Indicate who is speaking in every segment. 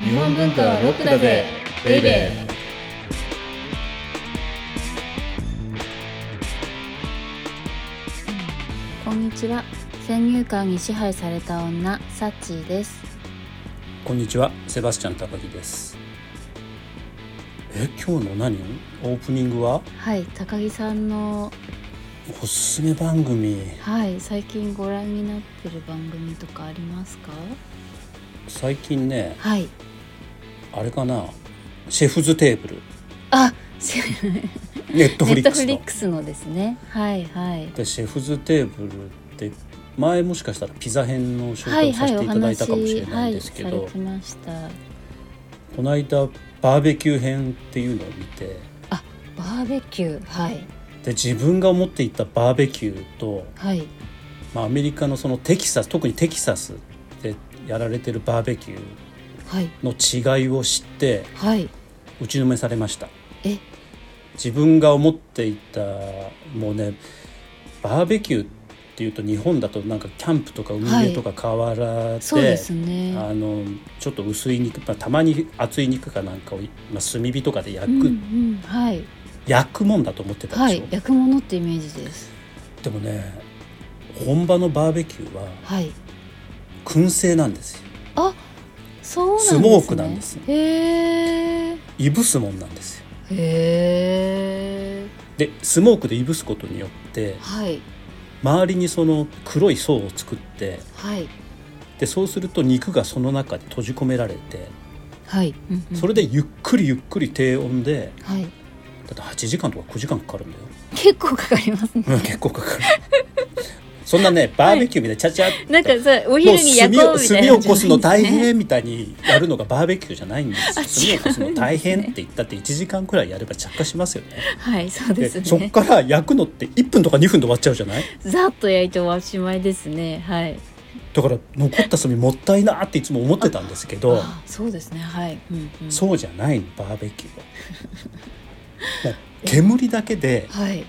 Speaker 1: 日本文化はロックだぜベイベー
Speaker 2: こんにちは先入観に支配された女サッチーです
Speaker 3: こんにちは、セバスチャン高木です。え、今日の何？オープニングは
Speaker 2: はい高木さんの
Speaker 3: おすすめ番組。
Speaker 2: はい最近ご覧になってる番組とかありますか
Speaker 3: 最近ね、
Speaker 2: はい
Speaker 3: あれかな、シェフズテーブル、
Speaker 2: あせ
Speaker 3: ネット
Speaker 2: ネ
Speaker 3: フ
Speaker 2: ッ
Speaker 3: リ
Speaker 2: トフ
Speaker 3: ックス
Speaker 2: リッ
Speaker 3: の。
Speaker 2: クスのですねはいはい
Speaker 3: で、シェフズテーブルって前もしかしたらピザ編の紹
Speaker 2: は
Speaker 3: 介
Speaker 2: い
Speaker 3: をさ
Speaker 2: は
Speaker 3: せ
Speaker 2: い
Speaker 3: て
Speaker 2: お
Speaker 3: いただい
Speaker 2: 話
Speaker 3: たかもしれな
Speaker 2: はい
Speaker 3: ん
Speaker 2: い
Speaker 3: ですけ
Speaker 2: さ
Speaker 3: ど、
Speaker 2: れてました
Speaker 3: この間バーベキュー編っていうのを見て、
Speaker 2: バーベキューはい
Speaker 3: で自分が思っていたバーベキューと
Speaker 2: はい
Speaker 3: まあ、アメリカのそのテキサス特にテキサスでやられてるバーベキュ
Speaker 2: はい
Speaker 3: ーの違いを知って
Speaker 2: はい
Speaker 3: 打ちのめされました
Speaker 2: え
Speaker 3: 自分が思っていたもうねバーベキューっていうと日本だとなんかキャンプとか海辺とか河原で,、
Speaker 2: そうですね
Speaker 3: あのちょっと薄い肉、まあ、たまに厚い肉かなんかを、まあ、炭火とかで焼
Speaker 2: う
Speaker 3: く、
Speaker 2: んうんはい
Speaker 3: 焼くもんだと思ってた
Speaker 2: は
Speaker 3: でし
Speaker 2: い
Speaker 3: ょ、
Speaker 2: 焼くものってイメージです
Speaker 3: でもね本場のバーベキューは
Speaker 2: はい
Speaker 3: 燻製なんですよ
Speaker 2: そうなんです、
Speaker 3: ス
Speaker 2: ね、
Speaker 3: モークなんです
Speaker 2: へえ
Speaker 3: いぶすもんなんですよ
Speaker 2: へえ
Speaker 3: でスモークでいぶすことによって
Speaker 2: はい
Speaker 3: 周りにその黒い層を作って
Speaker 2: はい
Speaker 3: でそうすると肉がその中で閉じ込められて
Speaker 2: はい、うんうん
Speaker 3: それでゆっくりゆっくり低温で
Speaker 2: はい
Speaker 3: だって8時間とか9時間かかるんだよ
Speaker 2: 結構かかります ね
Speaker 3: 結構かかるそんなねバーベキューみたいにちゃちゃっと
Speaker 2: なんかさお
Speaker 3: もう
Speaker 2: 昼に焼
Speaker 3: 炭
Speaker 2: こう
Speaker 3: を
Speaker 2: みたいな
Speaker 3: 炭を起こすの大
Speaker 2: 感じですね
Speaker 3: 変みたいにやるのがバーベキューじゃないんです
Speaker 2: あ
Speaker 3: よ炭を起こす
Speaker 2: 違う
Speaker 3: の
Speaker 2: んですね
Speaker 3: 大変って言ったって1時間くらいやれば着火しますよね
Speaker 2: はいそう
Speaker 3: で
Speaker 2: です
Speaker 3: そっ
Speaker 2: ね
Speaker 3: から焼くのって1分とか2分で終わっちゃうじゃない
Speaker 2: ざっと焼いておしまいですねはい
Speaker 3: だから残った炭もったいなっていつも思ってたんですけど
Speaker 2: あそうですねはい、うんうん、
Speaker 3: そうじゃないのバーベキューはもう煙だけで
Speaker 2: はい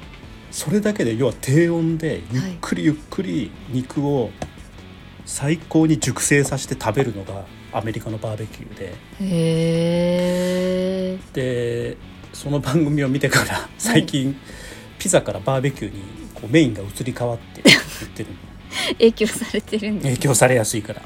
Speaker 3: それだけで要は低温でゆっくりゆっくり肉を最高に熟成させて食べるのがアメリカのバーベキューで
Speaker 2: へえ
Speaker 3: でその番組を見てから最近ピザからバーベキューにこうメインが移り変わって言ってる
Speaker 2: 影響されてるんで
Speaker 3: 影
Speaker 2: す
Speaker 3: 響されやすいからも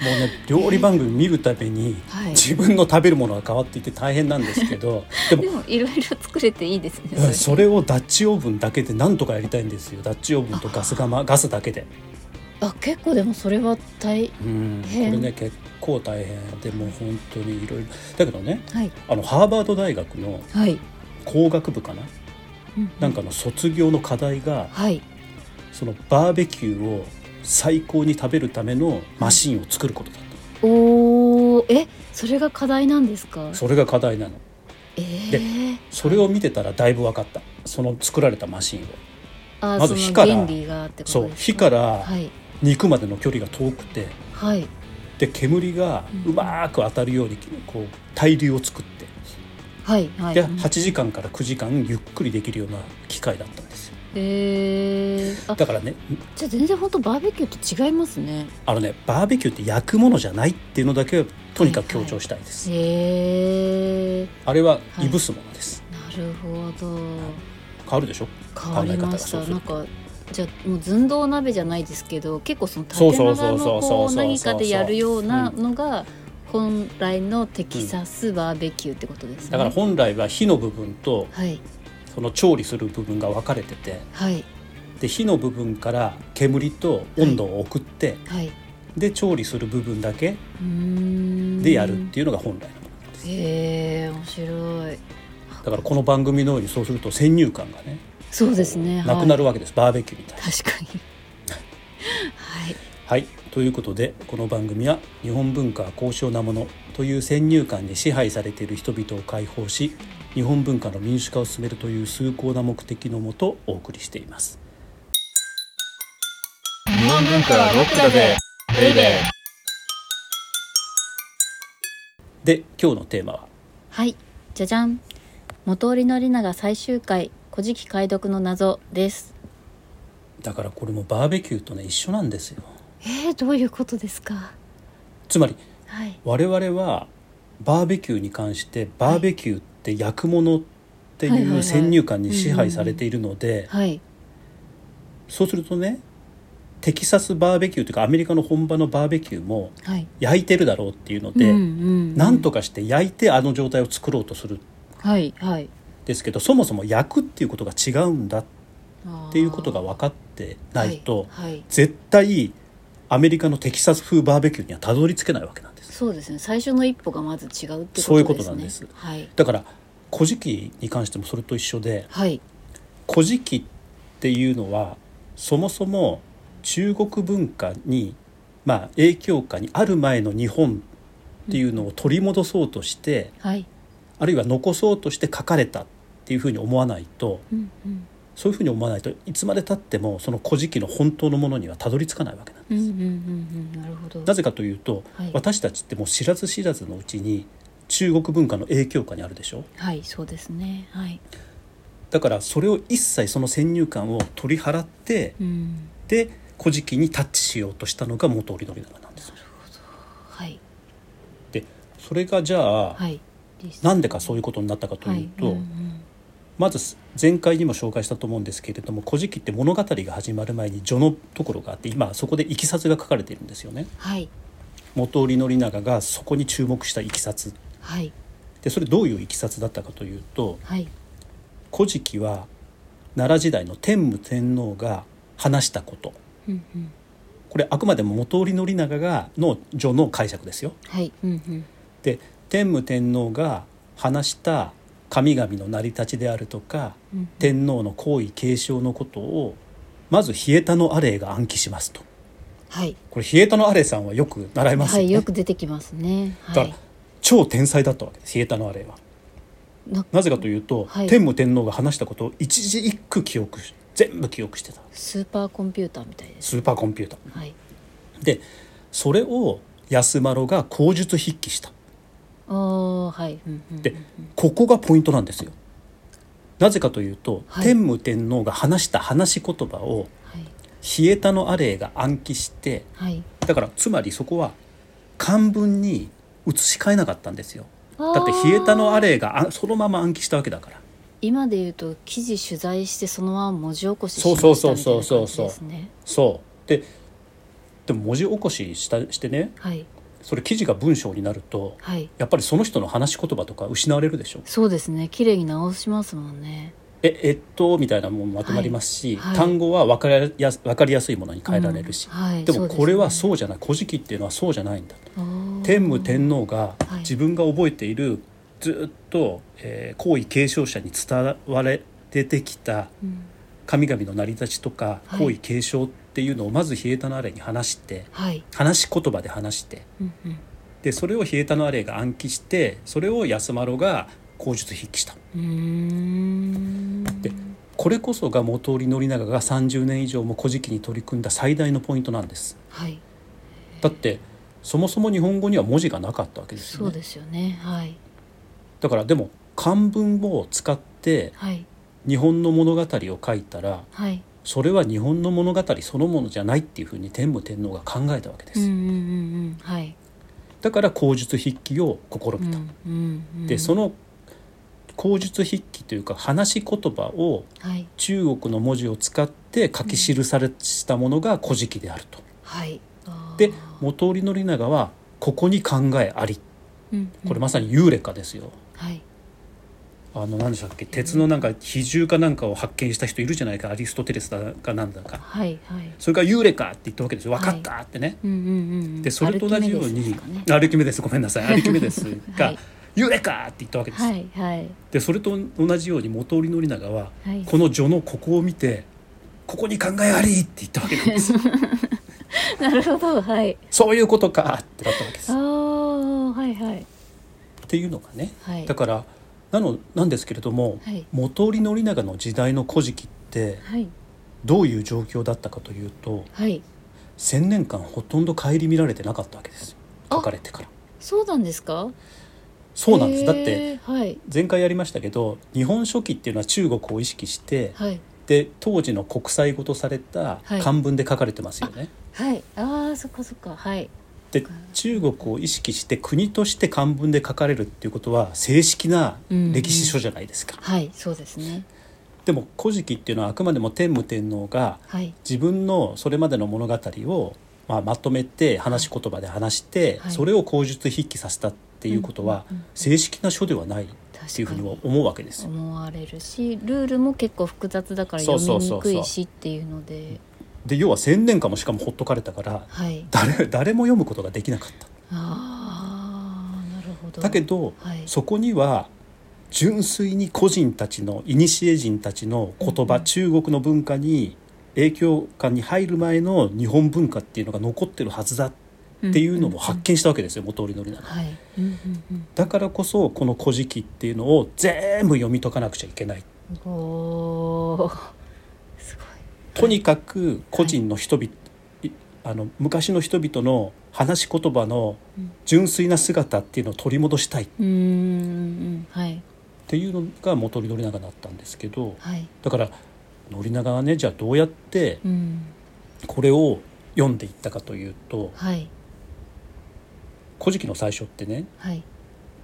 Speaker 3: うね料理番組見るたびに
Speaker 2: はい
Speaker 3: 自分の食べるものが変わっていて大変なんですけどでも
Speaker 2: でもいろいろ作れていいですね
Speaker 3: うんそれをダッチオーブンだけでなんとかやりたいんですよダッチオーブンとガス釜ガスだけで、
Speaker 2: あ結構でもそれは大
Speaker 3: うん、こ
Speaker 2: へえ
Speaker 3: れね結構大変でもう本当にいろいろだけどね
Speaker 2: はい
Speaker 3: あのハーバード大学の
Speaker 2: はい、
Speaker 3: 工学部かな
Speaker 2: うう
Speaker 3: なんかの卒業の課題が
Speaker 2: はい
Speaker 3: そのバーベキューを最高に食べるためのマシンを作ることだっ
Speaker 2: おーえそれが課題なんですか
Speaker 3: たそれが課題なの
Speaker 2: えー、
Speaker 3: それを見てたらだいぶ分かったその作られたマシンを
Speaker 2: あ
Speaker 3: まず火から
Speaker 2: その原理がってことですか
Speaker 3: そう火から
Speaker 2: はい
Speaker 3: 肉までの距離が遠くて
Speaker 2: はい
Speaker 3: で煙がうまーく当たるようにこう対流を作って
Speaker 2: はいはい
Speaker 3: で
Speaker 2: うん
Speaker 3: 8時間から9時間ゆっくりできるような機械だったんですよ
Speaker 2: えー、あ
Speaker 3: だからね
Speaker 2: じゃあ全然本当バーベキューと違いますね
Speaker 3: あのねバーベキューって焼くものじゃないっていうのだけはとにかく強調したいです、
Speaker 2: へえー、
Speaker 3: あれは
Speaker 2: はい
Speaker 3: いぶすものです、
Speaker 2: なるほど
Speaker 3: 変わるでしょ
Speaker 2: 変わりました
Speaker 3: 考え方がそ
Speaker 2: な
Speaker 3: うする
Speaker 2: ん
Speaker 3: と
Speaker 2: かじゃあもう寸胴鍋じゃないですけど結構その
Speaker 3: そう
Speaker 2: 縦
Speaker 3: そ
Speaker 2: 長
Speaker 3: うそう
Speaker 2: の
Speaker 3: そう
Speaker 2: こう
Speaker 3: そうそうそう
Speaker 2: 何かでやるようなのが本来のテキサスバーベキューってことですね、
Speaker 3: だから本来は火の部分と
Speaker 2: はい
Speaker 3: その調理する部分が分かれてて
Speaker 2: はい
Speaker 3: で火の部分から煙と温度を送って、
Speaker 2: はい
Speaker 3: で調理する部分だけ
Speaker 2: うーん
Speaker 3: でやるっていうのが本来のものなんです、
Speaker 2: へえ面白い
Speaker 3: だからこの番組のようにそうすると先入観がね
Speaker 2: そうですね
Speaker 3: なくな
Speaker 2: る
Speaker 3: るわけです、バーベキューみたいな。
Speaker 2: 確かにはい
Speaker 3: はい、ということでこの番組は日本文化は高尚なものという先入観に支配されている人々を解放し日本文化の民主化を進めるという崇高な目的のもとお送りしています
Speaker 1: 日本文化はロックだぜベイベー
Speaker 3: で今日のテーマは
Speaker 2: はいじゃじゃん元織のりなが最終回古事記解読の謎です
Speaker 3: だからこれもバーベキューとね一緒なんですよ
Speaker 2: えー、どういうことですか
Speaker 3: つまり
Speaker 2: はい
Speaker 3: 我々はバーベキューに関してバーベキューって焼くものって
Speaker 2: はいはい
Speaker 3: い
Speaker 2: は
Speaker 3: う
Speaker 2: い
Speaker 3: 先入観に支配されているので
Speaker 2: はい
Speaker 3: そうするとねテキサスバーベキューというかアメリカの本場のバーベキューも
Speaker 2: はい
Speaker 3: 焼いてるだろうっていうので、
Speaker 2: うんうん、
Speaker 3: なんとかして焼いてあの状態を作ろうとするん
Speaker 2: はいはい
Speaker 3: ですけどそもそも焼くっていうことが違うんだっ
Speaker 2: って
Speaker 3: いうことが分かってないと、
Speaker 2: はいはい
Speaker 3: 絶対アメリカのテキサス風バーベキューにはたどり着けないわけなんです。
Speaker 2: そうですね最初の一歩がまず違うってことですね
Speaker 3: そういうことなんです
Speaker 2: はい
Speaker 3: だから古事記に関してもそれと一緒で
Speaker 2: はい
Speaker 3: 古事記っていうのはそもそも中国文化に、まあ、影響下にある前の日本っていうのを取り戻そうとして、
Speaker 2: はい
Speaker 3: あるいは残そうとして書かれたっていうふうに思わないと
Speaker 2: うんうん
Speaker 3: そういうふうに思わないといつまでたってもその古事記の本当のものにはたどり着かないわけなんです。
Speaker 2: うんうんうんうんなるほど
Speaker 3: なぜかというと、
Speaker 2: はい
Speaker 3: 私たちってもう知らず知らずのうちに中国文化の影響下にあるでしょ
Speaker 2: はいそうですねはい
Speaker 3: だからそれを一切その先入観を取り払って、
Speaker 2: うん
Speaker 3: で古事記にタッチしようとしたのが元織宣長なんですよ
Speaker 2: はい
Speaker 3: でそれがじゃあ、
Speaker 2: はい
Speaker 3: なんでかそういうことになったかと
Speaker 2: は
Speaker 3: いう
Speaker 2: い
Speaker 3: と、
Speaker 2: うんうん
Speaker 3: まず前回にも紹介したと思うんですけれども「古事記」って物語が始まる前に序のところがあって今そこでいきさつが書かれているんですよね。
Speaker 2: はい
Speaker 3: 元織宣長がそこに注目したいきさつ
Speaker 2: はい
Speaker 3: でそれどういういきさつだったかというと
Speaker 2: はい
Speaker 3: 「古事記」は奈良時代の天武天皇が話したこと
Speaker 2: うんうん
Speaker 3: これあくまでも元織宣長がの序の解釈ですよ。
Speaker 2: はいうんうん
Speaker 3: で天武天皇が話した神々の成り立ちであるとか
Speaker 2: うん
Speaker 3: 天皇の皇位継承のことをまず稗田のアレイが暗記しますと
Speaker 2: はい
Speaker 3: これ稗田のアレイさんはよく習います
Speaker 2: は
Speaker 3: よね、
Speaker 2: いよく出てきますねは
Speaker 3: だから
Speaker 2: い
Speaker 3: 超天才だったわけです稗田のアレイは
Speaker 2: な
Speaker 3: なぜかというと、
Speaker 2: はい
Speaker 3: 天武天皇が話したことを一字一句記憶し全部記憶してた
Speaker 2: スーパーコンピューターみたいです
Speaker 3: スーパーコンピュータ
Speaker 2: はい
Speaker 3: ーでそれを安丸が口述筆記した
Speaker 2: ああはいうんうん
Speaker 3: でここがポイントなんですよなぜかというと、
Speaker 2: はい
Speaker 3: 天武天皇が話した話し言葉を
Speaker 2: はい
Speaker 3: 稗田のアレイが暗記して
Speaker 2: はい
Speaker 3: だからつまりそこは漢文に移し替えなかったんですよ
Speaker 2: あー
Speaker 3: だって稗田のアレイがあそのまま暗記したわけだから
Speaker 2: 今で言うと記事取材してそのまま文字起こしし
Speaker 3: そう
Speaker 2: ま
Speaker 3: そう
Speaker 2: し
Speaker 3: そ
Speaker 2: た
Speaker 3: う
Speaker 2: みたい
Speaker 3: そ
Speaker 2: な感
Speaker 3: うそう
Speaker 2: じですね
Speaker 3: そうででも文字起こししたしてね
Speaker 2: はい
Speaker 3: それ記事が文章になると
Speaker 2: はい
Speaker 3: やっぱりその人の話し言葉とか失われるでしょ
Speaker 2: そうですね綺麗に直しますもんね
Speaker 3: ええっとみたいなもんまとまりますし、
Speaker 2: はいはい
Speaker 3: 単語は分かりやす分かりやすいものに変えられるし、
Speaker 2: うんはい
Speaker 3: でもこれは
Speaker 2: そ
Speaker 3: そうじゃない「古事記」っていうのはそうじゃないんだと。
Speaker 2: うですね
Speaker 3: 天武天皇が
Speaker 2: はい
Speaker 3: 自分が覚えているずっと、えー皇位継承者に伝われてきた
Speaker 2: おーうん
Speaker 3: 神々の成り立ちとか
Speaker 2: はい
Speaker 3: 皇位継承っていうのをまず稗田のアレイに話して
Speaker 2: はい
Speaker 3: 話し言葉で話して
Speaker 2: うんうん
Speaker 3: でそれを稗田のアレイが暗記してそれを安丸が口述筆記した
Speaker 2: うーん
Speaker 3: でこれこそが元織宣長が30年以上も古事記に取り組んだ最大のポイントなんです
Speaker 2: はい
Speaker 3: だってそもそも日本語には文字がなかったわけです
Speaker 2: そ
Speaker 3: よ
Speaker 2: う
Speaker 3: ね
Speaker 2: ですよねはい
Speaker 3: だからでも漢文を使って
Speaker 2: はい
Speaker 3: 日本の物語を書いたら
Speaker 2: はい
Speaker 3: それは日本の物語そのものじゃないっていうふうに天武天皇が考えたわけで
Speaker 2: う
Speaker 3: す、
Speaker 2: んうんうんうんはい
Speaker 3: だから口述筆記を試
Speaker 2: う
Speaker 3: み
Speaker 2: ん
Speaker 3: た、
Speaker 2: うんうん
Speaker 3: でその口述筆記というか話し言葉を
Speaker 2: はい
Speaker 3: 中国の文字を使って書き記されしたものが「古事記」であると。
Speaker 2: はいあー
Speaker 3: で元織宣長はここに考えあり
Speaker 2: うんうん
Speaker 3: これまさに幽霊化ですよ。
Speaker 2: はい
Speaker 3: あの何でしたっけ鉄のなんか比重かなんかを発見した人いるじゃないかアリストテレスだかなんだか
Speaker 2: はいはい
Speaker 3: それが幽霊かって言ったわけですよ
Speaker 2: はい
Speaker 3: 分かったってね。
Speaker 2: うんうんうんうん
Speaker 3: でそれと同じよう
Speaker 2: アルキメデスで
Speaker 3: に
Speaker 2: すかね
Speaker 3: アルキメデスごめん なさいアルキメデス
Speaker 2: は
Speaker 3: が
Speaker 2: い
Speaker 3: 幽霊かって言ったわけです。
Speaker 2: はいはい
Speaker 3: でそれと同じように元織宣長は
Speaker 2: はい
Speaker 3: この序のここを見てここに考えありって言ったわけなんですよ
Speaker 2: なるほどはい
Speaker 3: そういうことかってなったわけです
Speaker 2: あ。あはいはい
Speaker 3: っていうのがね
Speaker 2: はい
Speaker 3: だからなのなんですけれども、
Speaker 2: はい
Speaker 3: 元織宣長の時代の「古事記」って
Speaker 2: はい
Speaker 3: どういう状況だったかというと
Speaker 2: はい
Speaker 3: 1,000年間ほとんど顧みられてなかったわけですよ
Speaker 2: あ
Speaker 3: 書かれてから。
Speaker 2: そうなんですか
Speaker 3: そうなんです
Speaker 2: へー
Speaker 3: だって
Speaker 2: はい
Speaker 3: 前回やりましたけど「日本書紀」っていうのは中国を意識して
Speaker 2: はい
Speaker 3: で当時の国際語とされた
Speaker 2: はい
Speaker 3: 漢文で書かれてますよね。
Speaker 2: はいああそっかそっかはい
Speaker 3: で中国を意識して国として漢文で書かれるっていうことは正式な歴史書じゃないですか、
Speaker 2: はいそうですね
Speaker 3: でも「古事記」っていうのはあくまでも天武天皇が
Speaker 2: はい
Speaker 3: 自分のそれまでの物語を、まあ、まとめて話し言葉で話して、
Speaker 2: はい
Speaker 3: それを口述筆記させたっていうことは、
Speaker 2: うんうんうん
Speaker 3: 正式な書ではないっていうふうには思うわけですよ。
Speaker 2: 思われるしルールも結構複雑だから
Speaker 3: そ
Speaker 2: 読
Speaker 3: うそ
Speaker 2: み
Speaker 3: うそうそう
Speaker 2: にくいしっていうので
Speaker 3: で要は千年間もしかもほっとかれたから
Speaker 2: はい
Speaker 3: 誰誰も読むことができなかった。
Speaker 2: ああなるほど
Speaker 3: だけど、
Speaker 2: はい
Speaker 3: そこには純粋に個人たちの古人たちの言葉、
Speaker 2: うん
Speaker 3: 中国の文化に影響下に入る前の日本文化っていうのが残ってるはずだっていうのを発見したわけですよ、元織宣長
Speaker 2: はいうんうんうん
Speaker 3: だからこそこの「古事記」っていうのを全部読み解かなくちゃいけない
Speaker 2: おーすごい
Speaker 3: とにかく個人の人々、いあの昔の人々の話し言葉の
Speaker 2: うん
Speaker 3: 純粋な姿っていうのを取り戻したいっ
Speaker 2: うーんはい
Speaker 3: ていうのが元織宣長だったんですけど
Speaker 2: はい
Speaker 3: だから宣長はねじゃあどうやって
Speaker 2: うん
Speaker 3: これを読んでいったかというと
Speaker 2: はい
Speaker 3: 「古事記」の最初ってね
Speaker 2: はい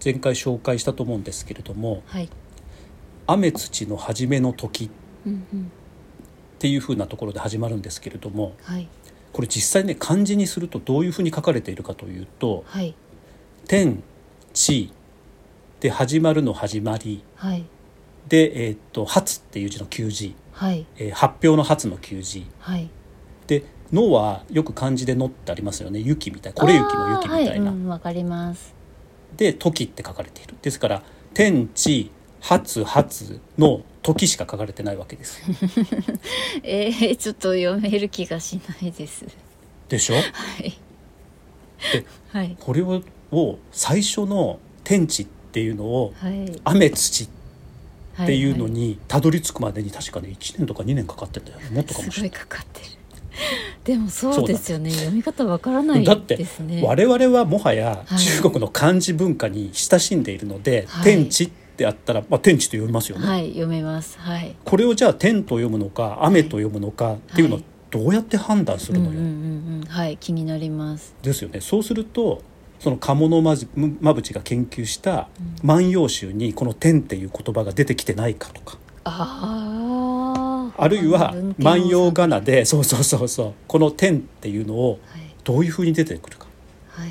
Speaker 3: 前回紹介したと思うんですけれども
Speaker 2: はい
Speaker 3: 「雨土の初めの時」
Speaker 2: うんうん
Speaker 3: っていうふうなところで始まるんですけれども
Speaker 2: はい
Speaker 3: これ実際ね漢字にするとどういうふうに書かれているかというと
Speaker 2: はい
Speaker 3: 「天」「地」で始まるの始まり
Speaker 2: はい
Speaker 3: で「えーっと発」っていう字の旧字、
Speaker 2: はい
Speaker 3: えー発表の発の旧字
Speaker 2: はい
Speaker 3: で「の」はよく漢字で「の」ってありますよね「雪」みたいこれ雪の雪みたい
Speaker 2: あーは
Speaker 3: な。
Speaker 2: うんわかります
Speaker 3: で「時」って書かれているですから「天地発発」の「時」しか書かれてないわ けです。
Speaker 2: えー、ちょっと読める気がしないです
Speaker 3: でしょ
Speaker 2: はい
Speaker 3: で
Speaker 2: はい
Speaker 3: これをを最初の「天地」っていうのを
Speaker 2: はい
Speaker 3: 「雨土」
Speaker 2: は
Speaker 3: っていうのにたどり着くまでに確かね1年とか2年かかってんだよねもっとかもし
Speaker 2: す
Speaker 3: れ
Speaker 2: ご
Speaker 3: ないい。
Speaker 2: かかってるでもそうですよね読み方わからない
Speaker 3: だって
Speaker 2: ですね
Speaker 3: 我々はもはや
Speaker 2: はい
Speaker 3: 中国の漢字文化に親しんでいるので「
Speaker 2: はい
Speaker 3: 天地」ってあったら、まあ、天地と読みますよね。
Speaker 2: はい読めますはい
Speaker 3: これをじゃあ「天」と読むのか「雨」と読むのかっていうのは
Speaker 2: はい
Speaker 3: どうやって判断す
Speaker 2: うん
Speaker 3: る
Speaker 2: う
Speaker 3: の
Speaker 2: ん
Speaker 3: よ。
Speaker 2: うんうんはい気になります
Speaker 3: ですよねそうするとその鴨のまじむまぶちが研究した「万葉集」にこの「天」っていう言葉が出てきてないかとか
Speaker 2: ああ
Speaker 3: あるいは
Speaker 2: 文
Speaker 3: 「
Speaker 2: 献を
Speaker 3: 万葉仮名」でそうそうそうそうこの「天」っていうのを
Speaker 2: はい
Speaker 3: どういうふうに出てくるか
Speaker 2: はい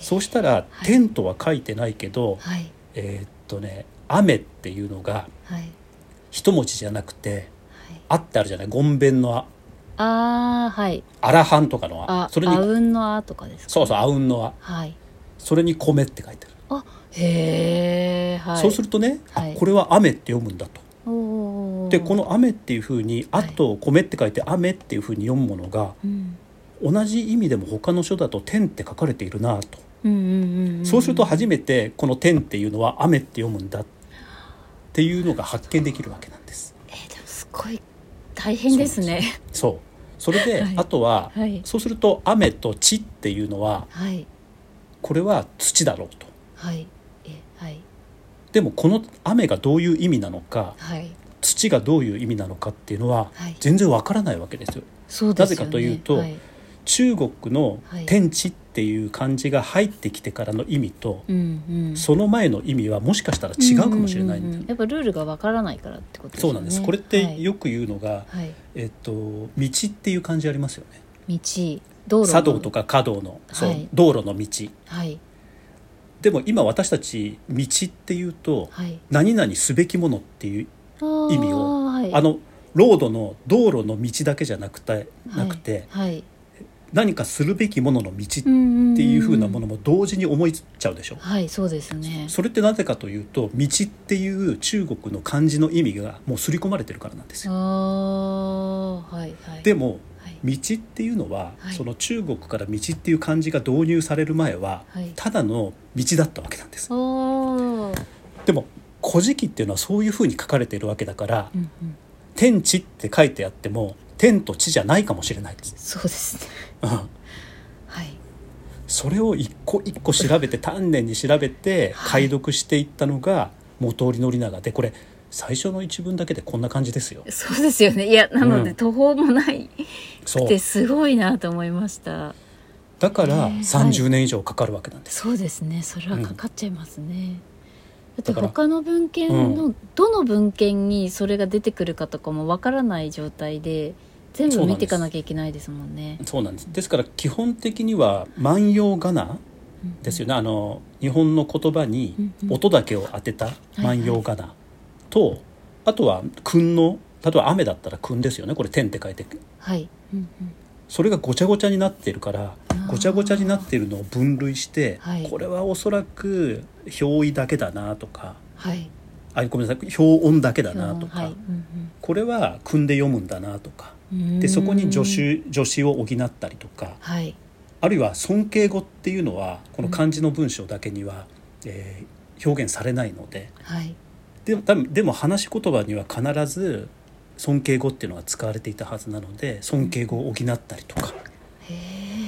Speaker 3: そうしたら「
Speaker 2: い
Speaker 3: 天」とは書いてないけど、
Speaker 2: はい
Speaker 3: えーっとね「雨」っていうのが
Speaker 2: はいはい
Speaker 3: 一文字じゃなくて「あ」ってあるじゃない「ごんべんのあ」
Speaker 2: ああはい
Speaker 3: 「あらはん」とかの「あ
Speaker 2: あ」
Speaker 3: それ
Speaker 2: あ
Speaker 3: に
Speaker 2: うんのあとかですか
Speaker 3: そうそう「あうんのあ
Speaker 2: はい」
Speaker 3: それに「米」って書いてある、
Speaker 2: あへえはい
Speaker 3: そうするとね、あ
Speaker 2: はい
Speaker 3: これは「雨」って読むんだと。
Speaker 2: おー
Speaker 3: でこの「雨」っていうふうに「あ」
Speaker 2: はい
Speaker 3: と「米」って書いて「雨」っていうふうに読むものが
Speaker 2: うん
Speaker 3: 同じ意味でも他の書だと「天」って書かれているなと、
Speaker 2: うんうんうんん
Speaker 3: そうすると初めてこの「天」っていうのは「雨」って読むんだっていうのが発見できるわけなんです。
Speaker 2: えーでもすごい大変ですね
Speaker 3: そうそれで、
Speaker 2: はい
Speaker 3: あとは、
Speaker 2: はい
Speaker 3: そうすると「雨」と「地」っていうのは
Speaker 2: はい
Speaker 3: これは土だろうと。
Speaker 2: はいえはい
Speaker 3: でもこの雨がどういう意味なのか
Speaker 2: はい
Speaker 3: 土がどういう意味なのかっていうのは
Speaker 2: はい
Speaker 3: 全然わからないわけですよ。
Speaker 2: そうですよね
Speaker 3: なぜかというと
Speaker 2: はい
Speaker 3: 中国の
Speaker 2: はい
Speaker 3: 「天地」っていう漢字が入ってきてからの意味と、
Speaker 2: うんうん、
Speaker 3: その前の意味はもしかしたら違うかもしれないんだ
Speaker 2: う
Speaker 3: よ、
Speaker 2: んうんうんやっぱルールがわからないからってことです
Speaker 3: そ
Speaker 2: よね
Speaker 3: うなんですこれってよく言うのが、
Speaker 2: はい、はい
Speaker 3: えっと、道っていう漢字ありますよね
Speaker 2: 道道路の
Speaker 3: 茶道とか華道の、そう
Speaker 2: はい
Speaker 3: 道路の道
Speaker 2: はい
Speaker 3: でも今私たち道っていうと、
Speaker 2: はい
Speaker 3: 何々すべきものっていう
Speaker 2: 意
Speaker 3: 意味を
Speaker 2: はい、
Speaker 3: あのロードの道路の道だけじゃなくて
Speaker 2: はい
Speaker 3: なくて、
Speaker 2: はい、っ
Speaker 3: 何かするべきものの道
Speaker 2: て
Speaker 3: ってい
Speaker 2: いう
Speaker 3: ふうなものも同時に思いつっちゃうでしょ、
Speaker 2: はいそうですね
Speaker 3: それってなぜかというと道っていう中国の漢字の意味がもう刷り込まれてるからなんです
Speaker 2: あ
Speaker 3: よ。
Speaker 2: あはいはい
Speaker 3: でも
Speaker 2: はい
Speaker 3: 道っていうのは、
Speaker 2: はい
Speaker 3: その中国から道っていう漢字が導入される前は、
Speaker 2: はい
Speaker 3: ただの道だったわけなんです。
Speaker 2: おー
Speaker 3: でも古事記っていうのはそういうふうに書かれているわけだから
Speaker 2: うんうん
Speaker 3: 「天地」って書いてあっても「天と地」じゃないかもしれないです。
Speaker 2: そうですね
Speaker 3: うん
Speaker 2: はい
Speaker 3: それを一個一個調べて丹念に調べて
Speaker 2: はい
Speaker 3: 解読していったのが元織宣長でこれ最初の一文だけでこんな感じですよ。
Speaker 2: そうですよねいやなので、
Speaker 3: うん
Speaker 2: 途方もない
Speaker 3: そう
Speaker 2: ってすごいなと思いました
Speaker 3: だから
Speaker 2: ね
Speaker 3: 30年以上かかるわけなんです、
Speaker 2: そうですねそれはかかっちゃいますね、だって
Speaker 3: だから
Speaker 2: 他の文献のどの文献にそれが出てくるかとかもわからない状態で全
Speaker 3: そう
Speaker 2: 部見
Speaker 3: なんです
Speaker 2: ていかなきゃいけないですもんね。
Speaker 3: そうなんですですから基本的には万葉仮名ですよね、あの日本の言葉に
Speaker 2: うんうん
Speaker 3: 音だけを当てた
Speaker 2: い
Speaker 3: 万葉仮名と、あとは訓の例えば雨だったら訓ですよねこれ天って書いて
Speaker 2: はい、うんうん
Speaker 3: それがごちゃごちゃになってるから
Speaker 2: ー
Speaker 3: ごちゃごちゃになってるのを分類して、
Speaker 2: はい
Speaker 3: これはおそらく表意だけだなとか
Speaker 2: はい、
Speaker 3: あごめんなさい表音だけだなとか、
Speaker 2: はいうん
Speaker 3: これは訓で読むんだなとか
Speaker 2: うん
Speaker 3: でそこに助詞助詞を補ったりとか
Speaker 2: はい
Speaker 3: あるいは尊敬語っていうのはこの漢字の文章だけには、えー表現されないので
Speaker 2: はい
Speaker 3: でも多分でも話し言葉には必ず尊敬語っていうのが使われていたはずなので尊敬語を補ったりとか。
Speaker 2: へ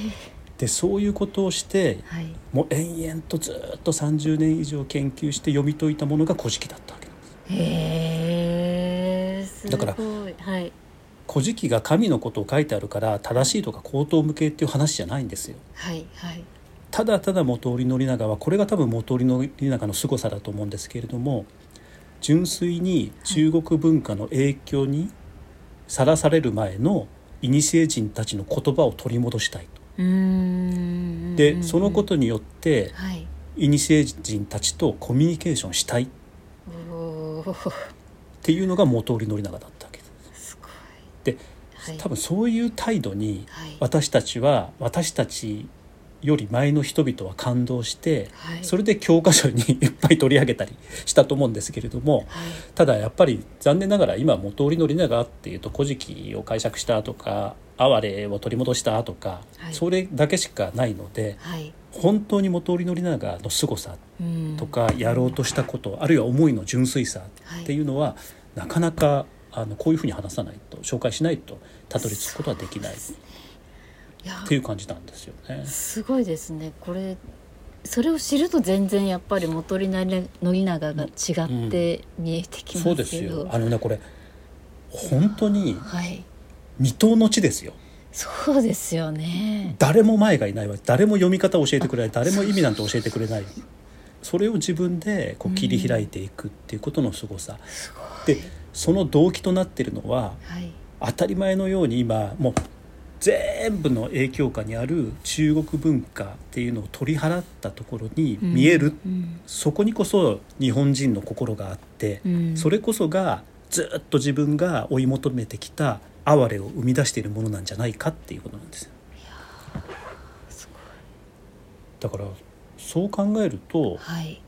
Speaker 2: え
Speaker 3: でそういうことをして
Speaker 2: はい
Speaker 3: もう延々とずっと30年以上研究して読み解いたものが「古事記」だったわけなんです。
Speaker 2: へえすごい
Speaker 3: だから
Speaker 2: はい
Speaker 3: 古事記が神のことを書いてあるから正しいとか口頭無形っていう話じゃないんですよ。
Speaker 2: はいはい
Speaker 3: ただただ元織宣長はこれが多分元織宣長の凄さだと思うんですけれども純粋に中国文化の影響にさらされる前の古人たちの言葉を取り戻したいと。
Speaker 2: うーん
Speaker 3: でそのことによって
Speaker 2: はい
Speaker 3: 古人たちとコミュニケーションしたいっ
Speaker 2: おー
Speaker 3: ていうのが元織宣長だったわけです。
Speaker 2: すごい
Speaker 3: で
Speaker 2: はい
Speaker 3: 多分そういう態度に
Speaker 2: はい
Speaker 3: 私たちは私たちより前の人々は感動して
Speaker 2: はい
Speaker 3: それで教科書にいっぱい取り上げたりしたと思うんですけれども
Speaker 2: はい
Speaker 3: ただやっぱり残念ながら今元織宣長っていうと「古事記」を解釈したとか「哀れ」を取り戻したとか
Speaker 2: はい
Speaker 3: それだけしかないので
Speaker 2: はい
Speaker 3: 本当に元織宣長の凄さ
Speaker 2: うん
Speaker 3: とかやろうとしたことあるいは思いの純粋さ
Speaker 2: はい
Speaker 3: っていうのはなかなかあのこういうふうに話さないと紹介しないとたどり着くことはできないっ
Speaker 2: いや
Speaker 3: ていう感じなんですよね。
Speaker 2: すごいですねこれそれを知ると全然やっぱり元になり宣長が違って見えてきますけど、
Speaker 3: そうですよあのねこれ本当に
Speaker 2: はい
Speaker 3: 未踏の地ですよ
Speaker 2: そうですよね
Speaker 3: 誰も前がいないわ誰も読み方を教えてくれない誰も意味なんて教えてくれないそれを自分でこう切り開いていくっていうことのすごさ、でその動機となってるのは
Speaker 2: はい
Speaker 3: 当たり前のように今もう全部の影響下にある中国文化っていうのを取り払ったところに見える、
Speaker 2: うん
Speaker 3: そこにこそ日本人の心があって、
Speaker 2: うん
Speaker 3: それこそがずっと自分が追い求めてきた哀れを生み出しているものなんじゃないかっていうことなんですよ
Speaker 2: す
Speaker 3: だからそう考えると
Speaker 2: はい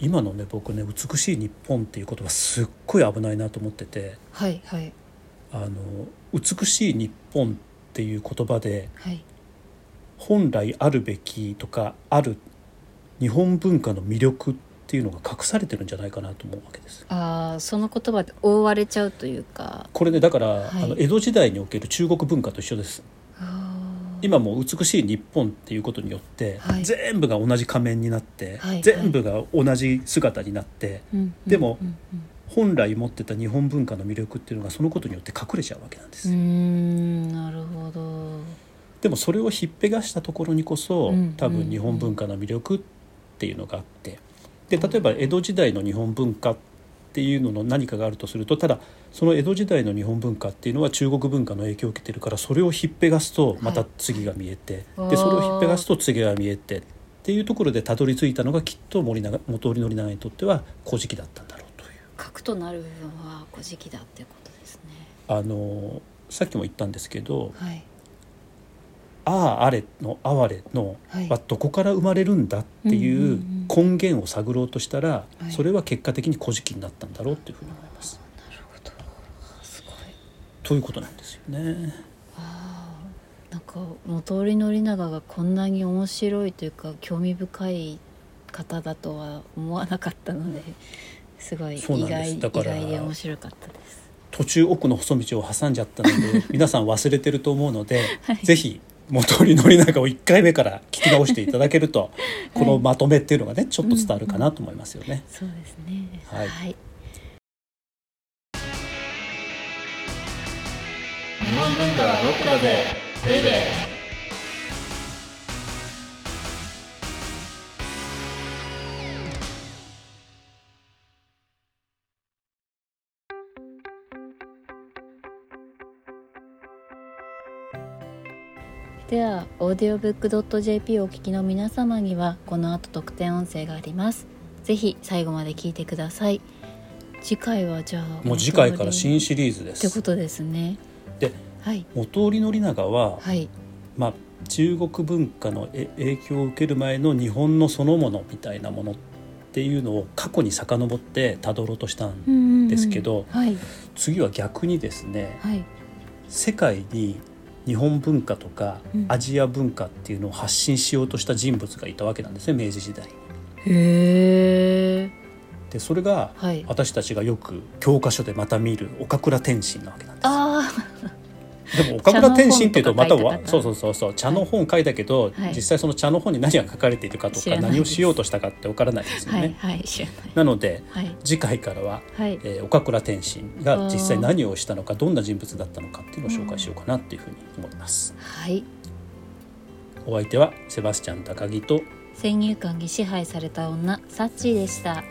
Speaker 3: 今のね僕ね美しい日本っていうことはすっごい危ないなと思ってて
Speaker 2: はいはい
Speaker 3: あの美しい日本っていう言葉で
Speaker 2: はい
Speaker 3: 本来あるべきとかある日本文化の魅力っていうのが隠されてるんじゃないかなと思うわけです。
Speaker 2: ああその言葉で覆われちゃうというか
Speaker 3: これねだから、
Speaker 2: はい
Speaker 3: あの江戸時代における中国文化と一緒です
Speaker 2: あー
Speaker 3: 今もう美しい日本っていうことによって、
Speaker 2: はい
Speaker 3: 全部が同じ仮面になって、
Speaker 2: はい
Speaker 3: 全部が同じ姿になって
Speaker 2: うんうん
Speaker 3: でも
Speaker 2: うん
Speaker 3: 本来持ってた日本文化の魅力っていうのがそのことによって隠れちゃうわけなんで
Speaker 2: う
Speaker 3: す、
Speaker 2: んうーんなるほど
Speaker 3: でもそれをひっぺがしたところにこそ、
Speaker 2: うん
Speaker 3: 多分日本文化の魅力っていうのがあってで例えば江戸時代の日本文化っていうのの何かがあるとするとただその江戸時代の日本文化っていうのは中国文化の影響を受けてるからそれをひっぺがすとまた次が見えて、
Speaker 2: はい
Speaker 3: でそれをひっぺがすと次が見えてっていうところでたどり着いたのがきっと森永元織宣長にとっては「古事記」だったんだろうという。
Speaker 2: 核となる部分は古事記だっていうことですね
Speaker 3: あのさっきも言ったんですけど
Speaker 2: はい
Speaker 3: 「あああれ」の「哀れ」の
Speaker 2: はい
Speaker 3: はどこから生まれるんだって
Speaker 2: うん
Speaker 3: い
Speaker 2: うん
Speaker 3: う根源を探ろうとしたら、
Speaker 2: はい
Speaker 3: それは結果的に「古事記」になったんだろうっていうふうに思います。
Speaker 2: なるほどすごい
Speaker 3: ということなんですよね。
Speaker 2: あーなんか元織宣長がこんなに面白いというか興味深い方だとは思わなかったの ですごい意
Speaker 3: そうなんです
Speaker 2: 外意
Speaker 3: だか
Speaker 2: 外
Speaker 3: ら
Speaker 2: で面白かったです。
Speaker 3: 途中奥の細道を挟んじゃったの で皆さん忘れてると思うので、
Speaker 2: はい
Speaker 3: ぜひ元織宣長を1回目から聞き直していただ けると、このまとめっていうのがねちょっと伝わるかなと思いますよね。
Speaker 2: そうですね。
Speaker 3: はい
Speaker 2: はい。
Speaker 1: 日本文化はロックだぜベイベー
Speaker 2: では audiobook.jp をお聞きの皆様にはこの後特典音声がありますぜひ最後まで聞いてください次回はじゃあ
Speaker 3: もう次回から新
Speaker 2: っ
Speaker 3: シリーズ
Speaker 2: て
Speaker 3: で
Speaker 2: こ
Speaker 3: す
Speaker 2: とですね
Speaker 3: で
Speaker 2: はい
Speaker 3: 元織宣長は、
Speaker 2: はい
Speaker 3: まあ、中国文化のえ影響を受ける前の日本のそのものみたいなものっていうのを過去に遡ってたどろうとしたん
Speaker 2: うんうんうん
Speaker 3: ですけど
Speaker 2: はい
Speaker 3: 次は逆にですね
Speaker 2: はい
Speaker 3: 世界に日本文化とか
Speaker 2: うん
Speaker 3: アジア文化っていうのを発信しようとした人物がいたわけなんですね明治時代。
Speaker 2: へえ
Speaker 3: でそれが
Speaker 2: はい
Speaker 3: 私たちがよく教科書でまた見る岡倉天心なわけなんです。
Speaker 2: あ
Speaker 3: でも岡倉天心っていうとまた
Speaker 2: 茶の
Speaker 3: わ
Speaker 2: 本とか書
Speaker 3: そ
Speaker 2: いうて
Speaker 3: そ
Speaker 2: た
Speaker 3: うそうそう茶の本書いたけど、
Speaker 2: はい
Speaker 3: 実際その茶の本に何が書かれているかと
Speaker 2: 知
Speaker 3: から
Speaker 2: ない
Speaker 3: 何をしようとしたかってわからないです
Speaker 2: あ
Speaker 3: よね。
Speaker 2: はいはい知らない
Speaker 3: なので
Speaker 2: はい
Speaker 3: 次回からは、
Speaker 2: はい
Speaker 3: えー岡倉天心が実際何をしたのかどんな人物だったのかっていうのを紹介しようかなっていうふうに思います。
Speaker 2: はい
Speaker 3: お相手はセバスチャン高木と
Speaker 2: 先入観に支配された女サッチーでした